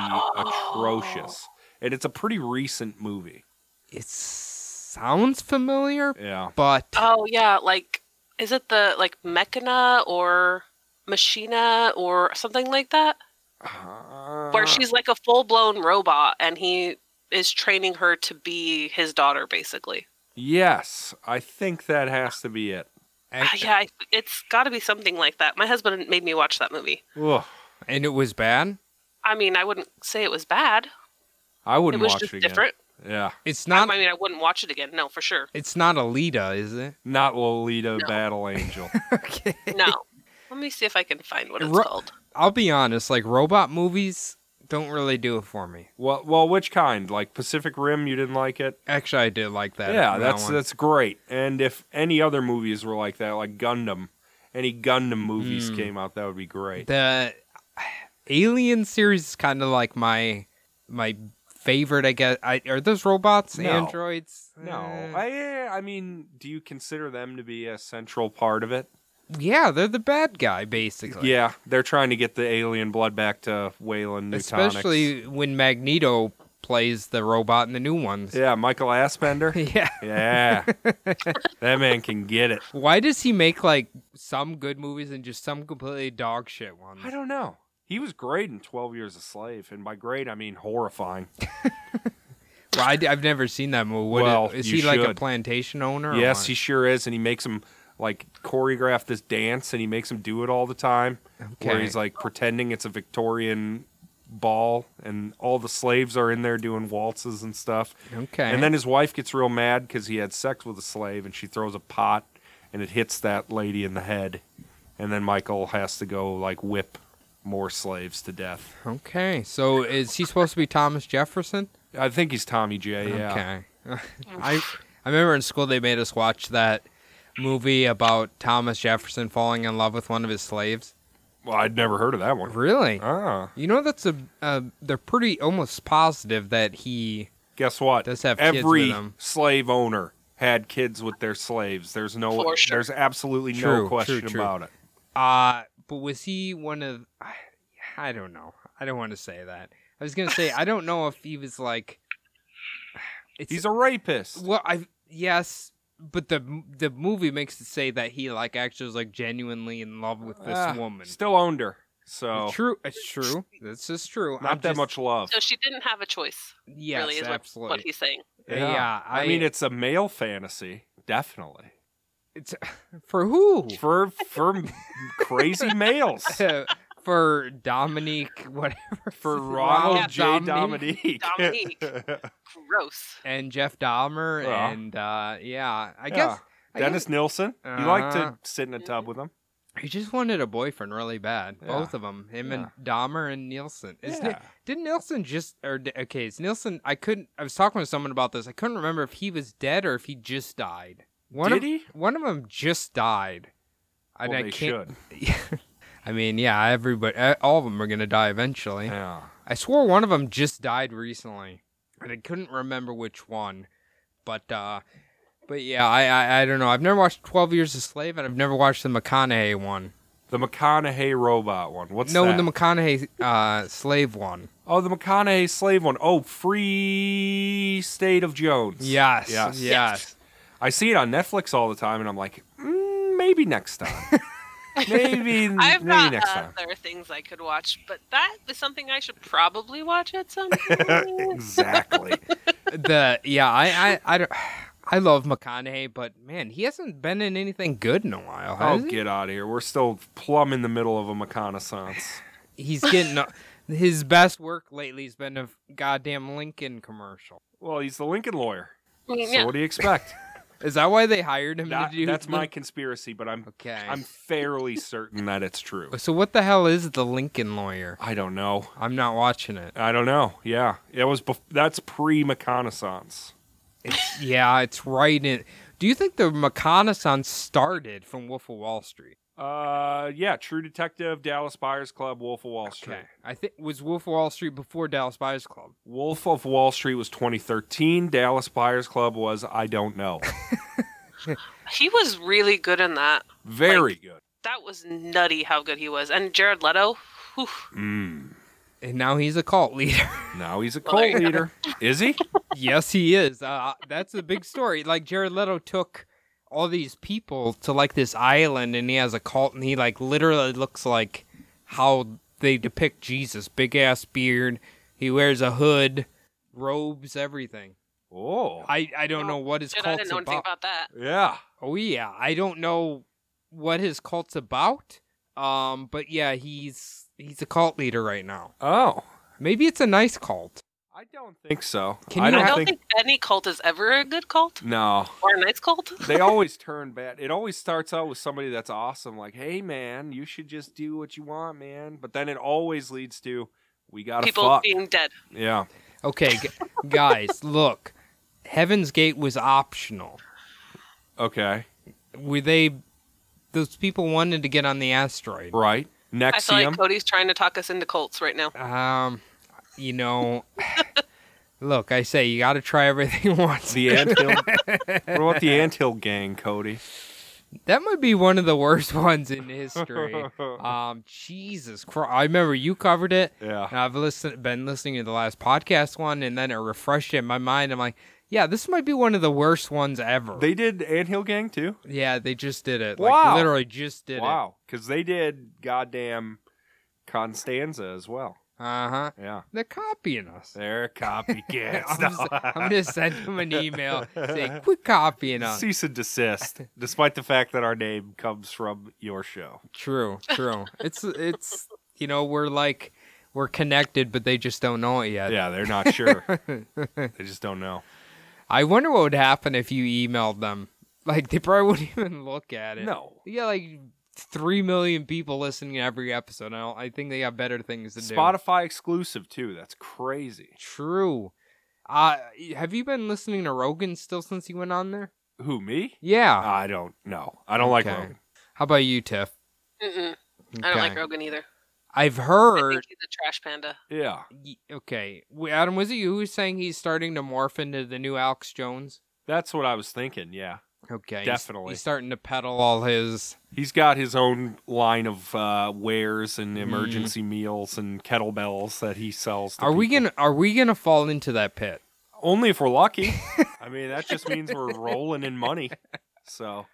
atrocious. And it's a pretty recent movie. It sounds familiar, Yeah, but Oh yeah, like is it the like Mechana or Machina or something like that? Ah. where she's like a full blown robot and he is training her to be his daughter basically. yes, I think that has to be it. and, Ah, yeah, I, it's got to be something like that. My husband made me watch that movie. Ugh, and it was bad. I mean, I wouldn't say it was bad. I It wouldn't was watch just it again. different. Yeah. It's I not. mean, I wouldn't watch it again. No, for sure. It's not Alita, is it? Not Lolita No. Battle Angel. okay. No. Let me see if I can find what it's Ro- called. I'll be honest. Like robot movies don't really do it for me. well, well, which kind? Like Pacific Rim, you didn't like it? Actually, I did like that. yeah, that that's one. that's great. And if any other movies were like that, like Gundam, any Gundam Mm. movies came out, that would be great. the Alien series is kind of like my my favorite. I guess. I, are those robots No. androids? no, Eh. I I mean, do you consider them to be a central part of it? yeah, they're the bad guy basically. Yeah, they're trying to get the alien blood back to Wayland Newtonics. especially when Magneto plays the robot in the new ones. yeah, Michael Aspender. yeah. yeah, that man can get it. Why does he make like some good movies and just some completely dog shit ones? I don't know. He was great in Twelve Years a Slave, and by great I mean horrifying. Well, I, have never seen that movie. What Well, is- is you he like a should. plantation owner? or Yes, what? he sure is, and he makes him like choreograph this dance, and he makes him do it all the time. Where Okay. he's like pretending it's a Victorian ball, and all the slaves are in there doing waltzes and stuff. Okay. And then his wife gets real mad because he had sex with a slave, and she throws a pot, and it hits that lady in the head, and then Michael has to go like whip more slaves to death. okay. So is he supposed to be Thomas Jefferson? I think he's Tommy J. Yeah. Okay. I I remember in school they made us watch that movie about Thomas Jefferson falling in love with one of his slaves. Well, I'd never heard of that one. Really? Ah. You know that's a uh, they're pretty almost positive that he guess what? Does have kids with Every him. slave owner had kids with their slaves. There's no, For sure. there's absolutely True, no question true, true. about it. uh but was he one of I, I don't know. I don't want to say that. I was going to say I don't know if he was like it's He's a rapist. Well, I yes, but the the movie makes it say that he like actually was like genuinely in love with this Ah, woman. still owned her. So It's true, it's true. This is true. not I'm that just- much love. So she didn't have a choice. Yes, really, is what- absolutely. what he's saying. yeah, I, I- mean it's a male fantasy, definitely. it's for who? For for crazy males. for Dominique, whatever. For Ronald Ronald J. Dominique. Dominique. Dominique. Gross. And Jeff Dahmer, Yeah. and uh, yeah, I Yeah. guess I guess Dennis Nilsson. You like Uh-huh. to sit in a tub with him. he just wanted a boyfriend really bad. Yeah. Both of them, him and Dahmer and Nielsen. Is Ni- Yeah. did Nielsen just or d- okay? Is Nielsen? I couldn't. I was talking with someone about this. I couldn't remember if he was dead or if he just died. One Did of, he? One of them just died. And Well, I they can't. I mean, yeah, everybody, uh, all of them are gonna die eventually. Yeah. I swore one of them just died recently, but I couldn't remember which one. But uh, but yeah, I I, I don't know. I've never watched Twelve Years a Slave, and I've never watched the McConaughey one. The McConaughey robot one. What's no, that? the McConaughey uh, slave one. Oh, the McConaughey slave one. Oh, Free State of Jones. Yes, yes, Yes. I see it on Netflix all the time, and I'm like, mm, maybe next time. maybe I have Mm, maybe got next other time. things I could watch, but that is something I should probably watch at some point. exactly. the yeah. I I I don't. I love McConaughey, but man, he hasn't been in anything good in a while. oh, Has he? get out of here. We're still plumb in the middle of a reconnaissance. He's getting uh, his best work lately has been a goddamn Lincoln commercial. Well, he's the Lincoln lawyer. Mm, yeah. So what do you expect? Is that why they hired him That- to do? that's the- my conspiracy, but I'm Okay. I'm fairly certain that it's true. So what the hell is the Lincoln lawyer? I don't know. I'm not watching it. I don't know. Yeah, it was. Bef- that's pre-reconnaissance. It's, yeah, it's right in. Do you think the reconnaissance started from Wolf of Wall Street? Uh, yeah, True Detective, Dallas Buyers Club, Wolf of Wall Street. I think was Wolf of Wall Street before Dallas Buyers Club. Wolf of Wall Street was 2013. Dallas Buyers Club was I don't know. He was really good in that. Very good. That was nutty how good he was. And Jared Leto, whew, Mm. And now he's a cult leader. Now he's a Well, there cult leader. Is he? yes, he is. Uh, that's the big story. Like Jared Leto took all these people to like this island, and he has a cult, and he like literally looks like how they depict Jesus: big ass beard, he wears a hood, robes, everything. Oh, I, I don't know what his shit, I cult's didn't know anything about. about that. yeah. Oh yeah, I don't know what his cult's about. Um, but yeah, he's he's a cult leader right now. Oh, Maybe it's a nice cult. I don't think so. Can I you don't I have- don't think any cult is ever a good cult no. or a nice cult. They always turn bad. It always starts out with somebody that's awesome, like, "Hey, man, you should just do what you want, man." But then it always leads to, "We gotta People fuck." being dead. yeah, Okay, g- guys, look. Heaven's Gate was optional. okay, Were they those people wanted to get on the asteroid? right. I feel like Nexium. Cody's trying to talk us into cults right now. Um, you know, look, I say you got to try everything once. the anthill. what about the anthill gang, Cody? That might be one of the worst ones in history. um, Jesus Christ! I remember you covered it. Yeah. And I've listened, been listening to the last podcast one, and then it refreshed it in my mind. I'm like, yeah, this might be one of the worst ones ever. They did anthill gang too. yeah, they just did it. Wow. Like literally just did wow, because they did goddamn Constanza as well. it. Uh huh. Yeah, They're copying us. they're copycats. I'm, just, uh, I'm gonna send them an email. Say, quit copying us. Cease and desist, despite the fact that our name comes from your show. True, true. It's it's you know we're like we're connected, but they just don't know it yet. Yeah, they're not sure. they just don't know. I wonder what would happen if you emailed them. Like they probably wouldn't even look at it. No. you got like three million people listening to every episode. I, don't, I think they got better things to do. Spotify exclusive too. That's crazy. True. Uh, have you been listening to Rogan still since he went on there? Who me? Yeah. I don't know. I don't like Okay. Rogan. How about you, Tiff? Mm-mm. I don't like Okay. Rogan either. I've I heard. think he's a trash panda. Yeah. y- Okay, Wait, Adam, was it you who was saying he's starting to morph into the new Alex Jones? That's what I was thinking. Yeah. Okay. he's- Definitely. He's, starting to peddle all his. He's got his own line of uh, wares and emergency meals and kettlebells that he sells. To Are we people. gonna Are we gonna fall into that pit? Only if we're lucky. I mean, that just means we're rolling in money. So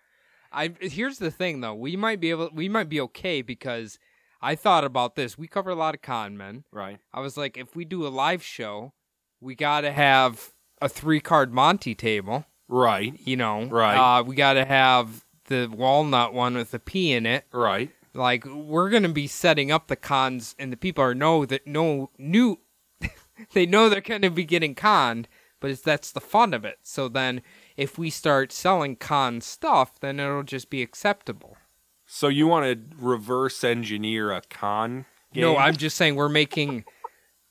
I here's the thing though. We might be able. We might be okay because I thought about this. We cover a lot of con men. right. I was like, if we do a live show, we gotta have a three card Monty table. Right. You know. Right. Uh, we gotta have the walnut one with the pea in it. Right. Like we're gonna be setting up the cons, and the people are know that no new, they know they're gonna be getting conned, but it's that's the fun of it. So then, if we start selling con stuff, then it'll just be acceptable. So you want to reverse engineer a con? Game? No, I'm just saying we're making,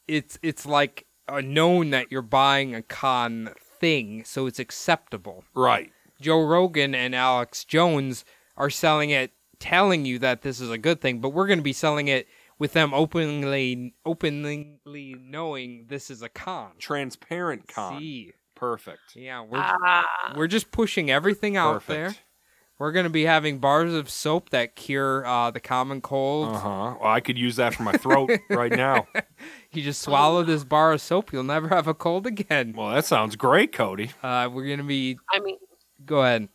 it's it's like uh, known that you're buying a con thing, so it's acceptable. right. Joe Rogan and Alex Jones are selling it, telling you that this is a good thing, but we're going to be selling it with them openly, openly knowing this is a con. Transparent con. See. Perfect. Yeah, we're Ah, we're just pushing everything out Perfect. there. We're going to be having bars of soap that cure uh, the common cold. Uh huh. Well, I could use that for my throat right now. You just swallow this bar of soap, you'll never have a cold again. Well, that sounds great, Cody. Uh, we're going to be. I mean, Go ahead.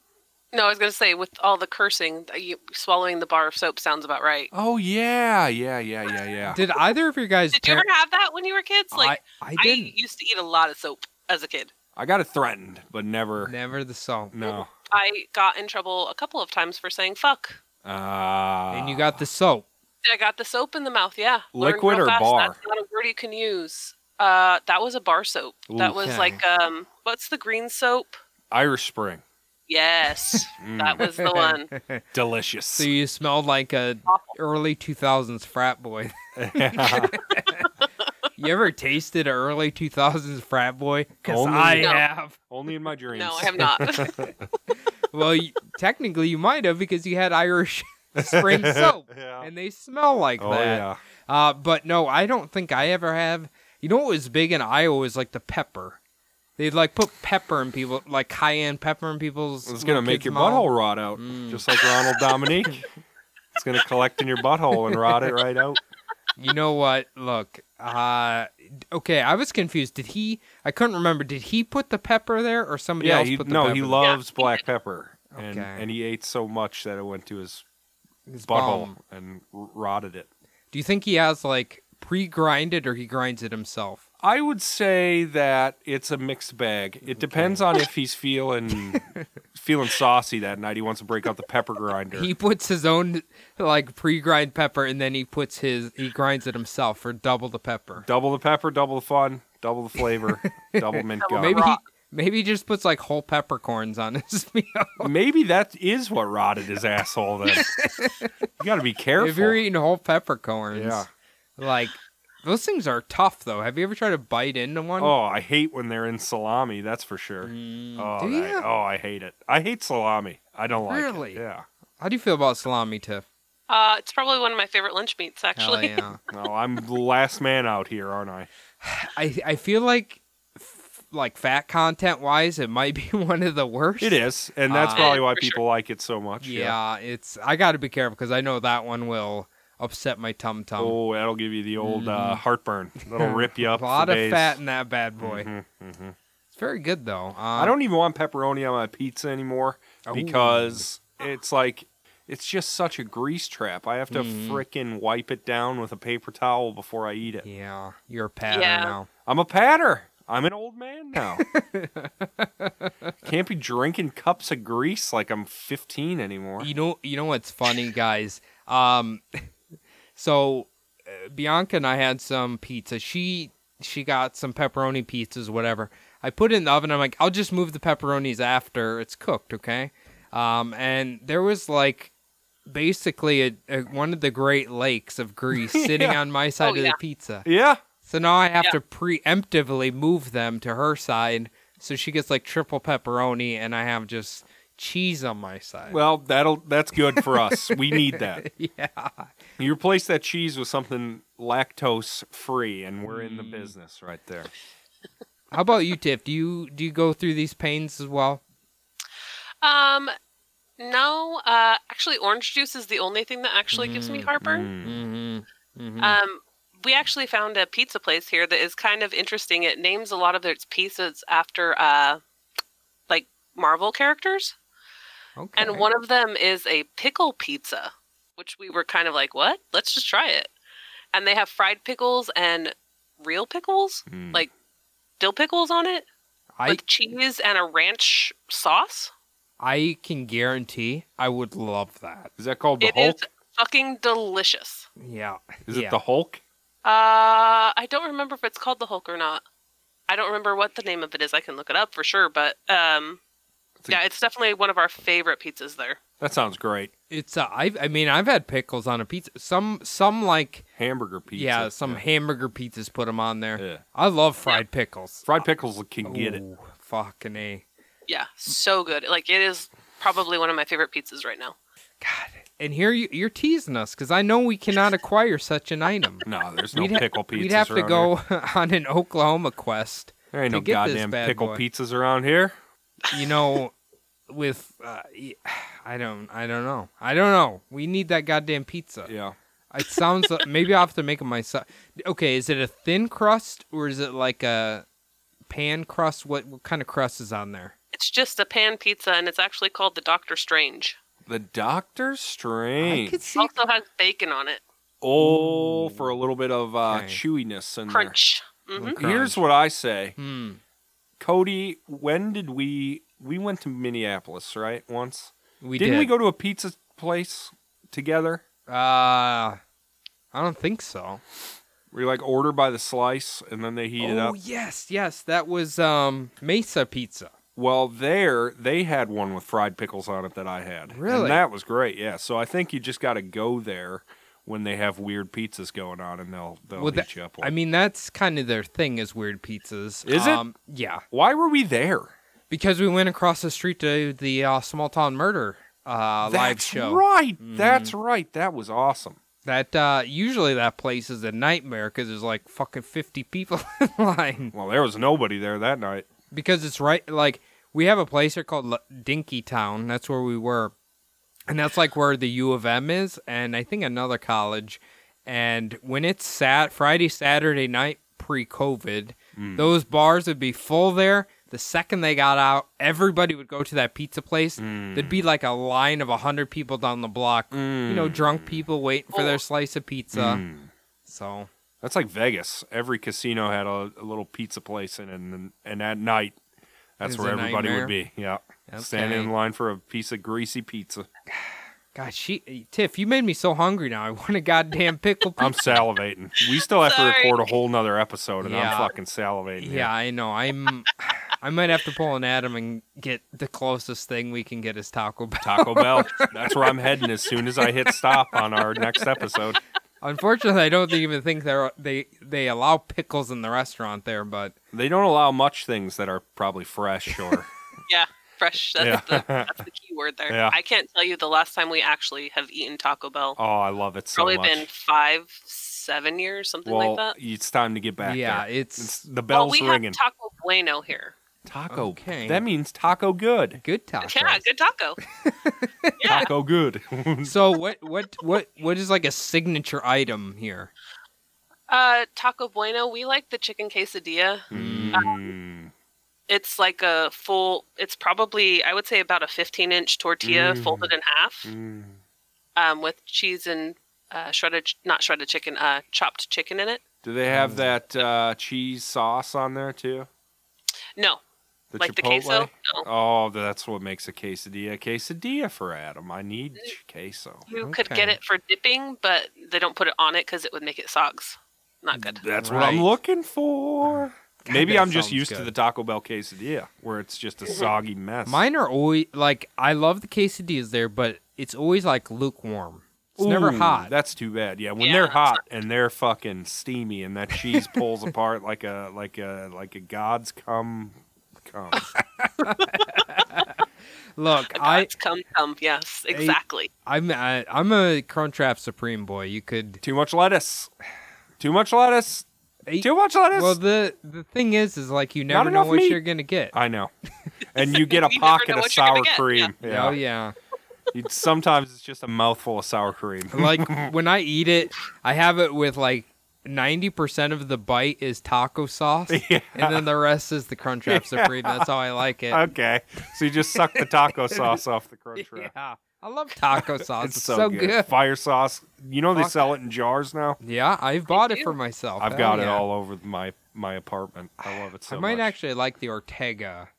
no, I was gonna say with all the cursing, that you, swallowing the bar of soap sounds about right. Oh yeah, yeah, yeah, yeah, yeah. Did either of your guys. Did you ever have that when you were kids? Like I, I I, didn't. used to eat a lot of soap as a kid. I got it threatened, but never. Never the soap. No. I got in trouble a couple of times for saying fuck. Uh, And you got the soap. I got the soap in the mouth. Yeah, Learned Liquid real or fast, bar? That's not a word you can use. Uh, that was a bar soap. That was Okay. like um, what's the green soap? Irish Spring. Mm, Yes, that was the one. Delicious. So you smelled like a Awful. early 2000s frat boy. you ever tasted an early 2000s frat boy? Because Only- I No. have. Only in my dreams. No, I have not. Well, you, technically, you might have because you had Irish spring soap, Yeah. and they smell like Oh that. yeah. Uh, but no, I don't think I ever have. You know what was big in Iowa was like the pepper. They'd like put pepper in people, like cayenne pepper in people's. It's gonna little make kids' your mouth. Mm. butthole rot out, just like Ronald Dominique. it's gonna collect in your butthole and rot it right out. You know what? Look, uh, d- okay, I was confused. Did he? I couldn't remember. Did he put the pepper there, or somebody Yeah. else He, put the no, pepper? he there? loves black pepper, and Okay. and he ate so much that it went to his His butthole bum. and r- rotted it. Do you think he has like pre-grinded, or he grinds it himself? I would say that it's a mixed bag. It depends on if he's feeling feeling saucy that night. He wants to break out the pepper grinder. He puts his own like pre-grind pepper, and then he puts his he grinds it himself for double the pepper. double the pepper, double the fun. double the flavor, double mint gum. Maybe he, Rot. maybe he just puts like whole peppercorns on his meal. Maybe that is what rotted his asshole. Then you got to be careful. if you're eating whole peppercorns, Yeah. like those things are tough though. Have you ever tried to bite into one? oh, I hate when they're in salami. That's for sure. Mm. oh, do that- ya? oh, I hate it. I hate salami. I don't like Really? it. Yeah. How do you feel about salami, Tiff? Uh, it's probably one of my favorite lunch meats, Hell actually. yeah. No, I'm the last man out here, aren't I? I I feel like f- like fat content wise, it might be one of the worst. It is, and that's Uh, probably why For people like it so much. Yeah, it's I got to be careful because I know that one will upset my tum tum. Oh, that'll give you the old uh, heartburn. That'll rip you up. a Mm-hmm. lot for of days. fat in that bad boy. Mhm, mhm. It's very good though. Um, I don't even want pepperoni on my pizza anymore Ooh. because it's like it's just such a grease trap. I have to Mhm. frickin' wipe it down with a paper towel before I eat it. Um, Yeah, you're a pattern Yeah. now. I'm a patter. I'm an old man now. Can't be drinking cups of grease like I'm 15 anymore. You know, you know what's funny, guys. Um, so uh, Bianca and I had some pizza. She she got some pepperoni pizzas, whatever. I put it in the oven. I'm like, I'll just move the pepperonis after it's cooked, okay? Um, and there was like basically a, a, one of the Great Lakes of Greece sitting on my side Oh, of yeah. the pizza. Yeah. So now I have Yeah. to preemptively move them to her side, so she gets like triple pepperoni, and I have just cheese on my side. Well, that'll that's good for us. we need that. yeah. You replace that cheese with something lactose free, and we're in the Mm. business right there. How about you, Tiff? Do you do you go through these pains as well? Um, no, uh, actually, orange juice is the only thing that actually gives me heartburn. Mm. Mm-hmm. mm-hmm. Um, we actually found a pizza place here that is kind of interesting. It names a lot of its pizzas after uh, like Marvel characters, okay. and one of them is a pickle pizza, which we were kind of like, "What? Let's just try it." And they have fried pickles and real pickles, Mm. like dill pickles on it I with cheese and a ranch sauce. I can guarantee I would love that. Is that called the It is Hulk? fucking delicious. Yeah. Is yeah. it the Hulk? Uh, I don't remember if it's called the Hulk or not. I don't remember what the name of it is. I can look it up for sure, but um, It's a- yeah, it's definitely one of our favorite pizzas there. That sounds great. It's uh, I I mean I've had pickles on a pizza. Some some like Hamburger pizza. yeah some hamburger pizzas put them on there. Yeah. I love fried pickles. Fried pickles can get it. Ooh, Fucking a. Yeah, so good. Like it is probably one of my favorite pizzas right now. And here you, you're teasing us because I know we cannot acquire such an item. No, there's no We'd ha- pickle pizzas. We'd have to around go on an Oklahoma quest Here. There ain't to no get this goddamn bad pickle boy. pizzas around here. you know, with uh, y- I don't, I don't know, I don't know. We need that goddamn pizza. Yeah. It sounds like, maybe I'll have to make it myself. Okay, is it a thin crust or is it like a pan crust? What what kind of crust is on there? It's just a pan pizza, and it's actually called the Doctor Strange. The Doctor I Strange. could see. Also has bacon on it. Oh, for a little bit of uh, Okay. chewiness and Crunch. hmm Crunch. Here's what I say, Hmm. Cody. When did we we went to Minneapolis right once? We Didn't did. we go to a pizza place together? Uh, I don't think so. We like order by the slice and then they heat it oh up. yes, yes, that was um Mesa Pizza. Well, there they had one with fried pickles on it that I had. Really? And that was great. Yeah. So I think you just got to go there when they have weird pizzas going on, and they'll they'll Well, heat that- you up. One. I mean, that's kind of their thing is weird pizzas. Is it? Um, yeah. why were we there? Because we went across the street to the uh, small town murder uh, live That's show. Mm-hmm. Right. That's right. That was awesome. That uh, usually that place is a nightmare because there's like fucking fifty people in line. Well, there was nobody there that night. Because it's right like we have a place here called L- Dinky Town. That's where we were, and that's like where the U of M is, and I think another college. And when it's sat Friday Saturday night pre-COVID, those bars would be full there. The second they got out, everybody would go to that pizza place. There'd be like a line of 100 people down the block, Mm. you know, drunk people waiting for their slice of pizza. So, That's like Vegas. Every casino had a, a little pizza place in it, and and at night, that's It's where a everybody nightmare. would be. Yeah, standing Okay. in line for a piece of greasy pizza. God, she Tiff, you made me so hungry now. I want a goddamn pickle. I'm salivating. We still have to Sorry. record a whole nother episode, and Yeah. I'm fucking salivating. here. yeah, I know. I'm. I might have to pull an Adam and get the closest thing we can get is Taco Bell. Taco Bell. That's where I'm heading as soon as I hit stop on our next episode. Unfortunately, I don't even think they're, they they allow pickles in the restaurant there. But They don't allow much things that are probably fresh or Yeah, fresh. That's, Yeah. the, that's the key word there. Yeah. I can't tell you the last time we actually have eaten Taco Bell. oh, I love it so Probably much. been five, seven years, something well, like that. it's time to get back. yeah, there. it's, It's, the Well, bell's we ringing. have Taco Bueno here. taco. Okay. That means taco good. good tacos. Yeah, good taco. yeah. Taco good. Mm. So what what what what is like a signature item here? Uh, Taco Bueno, we like the chicken quesadilla. Mm. It's like a full, it's probably, I would say, about a 15 inch tortilla Mm. folded in half Mm. um, with cheese and uh, shredded, ch- not shredded chicken, uh, chopped chicken in it. Do they Mm. have that uh, cheese sauce on there too? No, The like chipotle? the queso. No. Oh, that's what makes a quesadilla. Quesadilla for Adam. I need Mm. ch- queso. You could get Okay. it for dipping, but they don't put it on it because it would make it soggs. Not good. That's what I'm Right. looking for. God, Maybe that I'm just sounds used to good. the Taco Bell quesadilla, where it's just a Mm-hmm. soggy mess. Mine are always like I love the quesadillas there, but it's always like lukewarm. It's never Ooh, hot. That's too bad. Yeah, when Yeah, it's they're hot and they're fucking steamy, and that cheese pulls apart like a like a like a god's cum. cum. Look, I God's come, come. Yes, exactly. I'm I, I'm a Crunchwrap Supreme boy. You could Too much lettuce. Too much lettuce. Hey, Too much lettuce. Well, the the thing is, is like you never know enough what meat. you're gonna get. I know. And you get a You never pocket know of what you're gonna sour get, cream. Yeah. Oh yeah. You- sometimes it's just a mouthful of sour cream. like when I eat it, I have it with like ninety percent of the bite is taco sauce, and then the rest is the Crunchwrap Supreme. That's how I like it. Okay, so you just suck the taco sauce off the crunch wrap. Yeah, I love taco sauce. It's so, good. Fire sauce. You know they Fuck. sell it in jars now. Yeah, I've bought it do. for myself. I've Hell got it yeah. all over my my apartment. I love it so I might much. actually like the Ortega.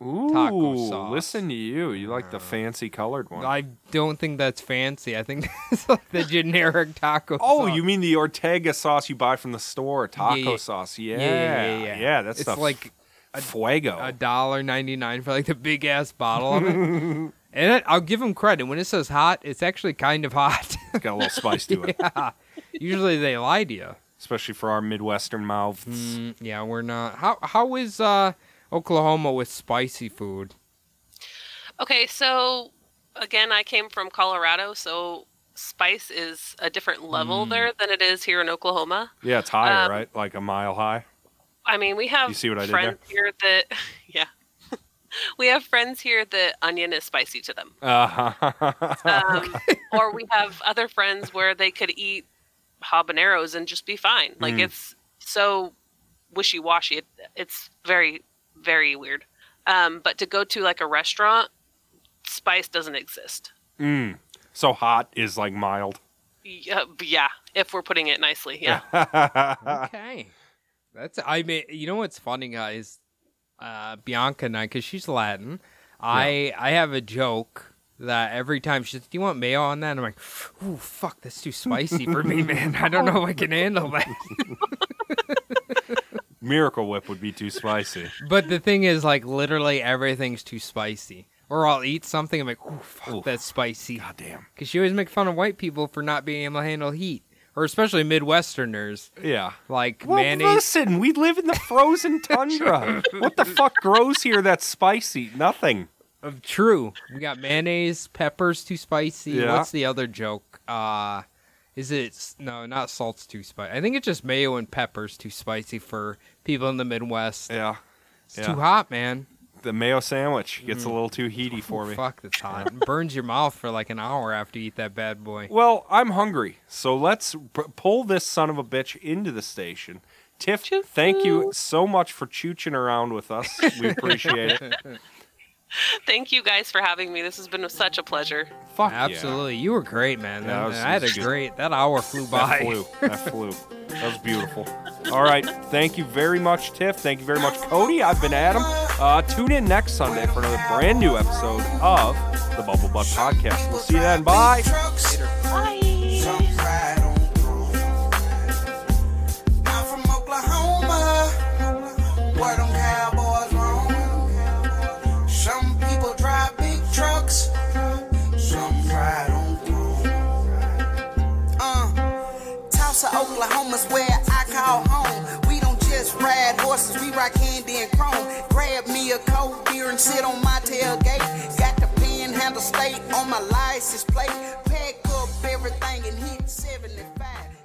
Ooh, taco sauce. listen to you. You like the fancy colored one. I don't think that's fancy. I think that's like the generic taco. oh, sauce. you mean the Ortega sauce you buy from the store? Taco yeah. sauce. Yeah. yeah, yeah, yeah, yeah. Yeah, that's it's like fuego. a dollar ninety nine for like the big ass bottle of it. and I- I'll give them credit. When it says hot, it's actually kind of hot. it's got a little spice to it, Usually they lie to you. especially for our Midwestern mouths. Mm, yeah, we're not. How how is uh, Oklahoma with spicy food? Okay, so again, I came from Colorado, so spice is a different level Mm. there than it is here in Oklahoma. Yeah, it's higher, Um, right? Like a mile high. I mean, we have You see what I did there? friends here that, yeah, we have friends here that onion is spicy to them, Uh, um, or we have other friends where they could eat habaneros and just be fine. Like Mm. it's so wishy washy. It, it's very, very weird. Um, but to go to like a restaurant, spice doesn't exist. mm. So hot is like mild. Yeah, yeah, if we're putting it nicely. Yeah. Okay, that's. I mean, you know what's funny, guys? Uh, Bianca and I, because she's Latin, I I have a joke that every time she says, "Do you want mayo on that?" And I'm like, "Ooh, fuck, that's too spicy for me, man. I don't know if I can handle that." Miracle Whip would be too spicy. But the thing is, like, literally everything's too spicy. Or I'll eat something. I'm like, ooh, fuck, Ooh. that's spicy. God damn. Because she always make fun of white people for not being able to handle heat, or especially Midwesterners, Yeah. like Well, mayonnaise. listen, we live in the frozen tundra. what the fuck grows here that's spicy? Nothing. Of true, we got mayonnaise, peppers too spicy. Yeah. What's the other joke? Uh is it s- no, not salt's too spicy. I think it's just mayo and peppers too spicy for people in the Midwest. Yeah. It's yeah. too hot, man. The mayo sandwich gets a little too heaty for me. Fuck, that's hot. It burns your mouth for like an hour after you eat that bad boy. Well, I'm hungry, so let's p- pull this son of a bitch into the station. Tiff, thank you so much for chooching around with us. We appreciate it. Thank you guys for having me. This has been such a pleasure. Fuck yeah. Absolutely, you were great, man. Yeah, that was- I had was a good. great. That hour flew by. That flew. That flew. That was beautiful. All right. Thank you very much, Tiff. Thank you very much, Cody. I've been Adam. Uh, tune in next Sunday for another brand new episode of the Bubble Butt Podcast. We'll see you then. Bye. Bye. Some ride on chrome. I'm from Oklahoma, where them cowboys roam. Some people drive big trucks, some ride on chrome. Uh, Tulsa, Oklahoma's where I call home. We don't just ride horses, we ride candy and chrome. Grab me a cold beer and sit on my tailgate. Got the panhandle state on my license plate. Pack up everything and hit 75.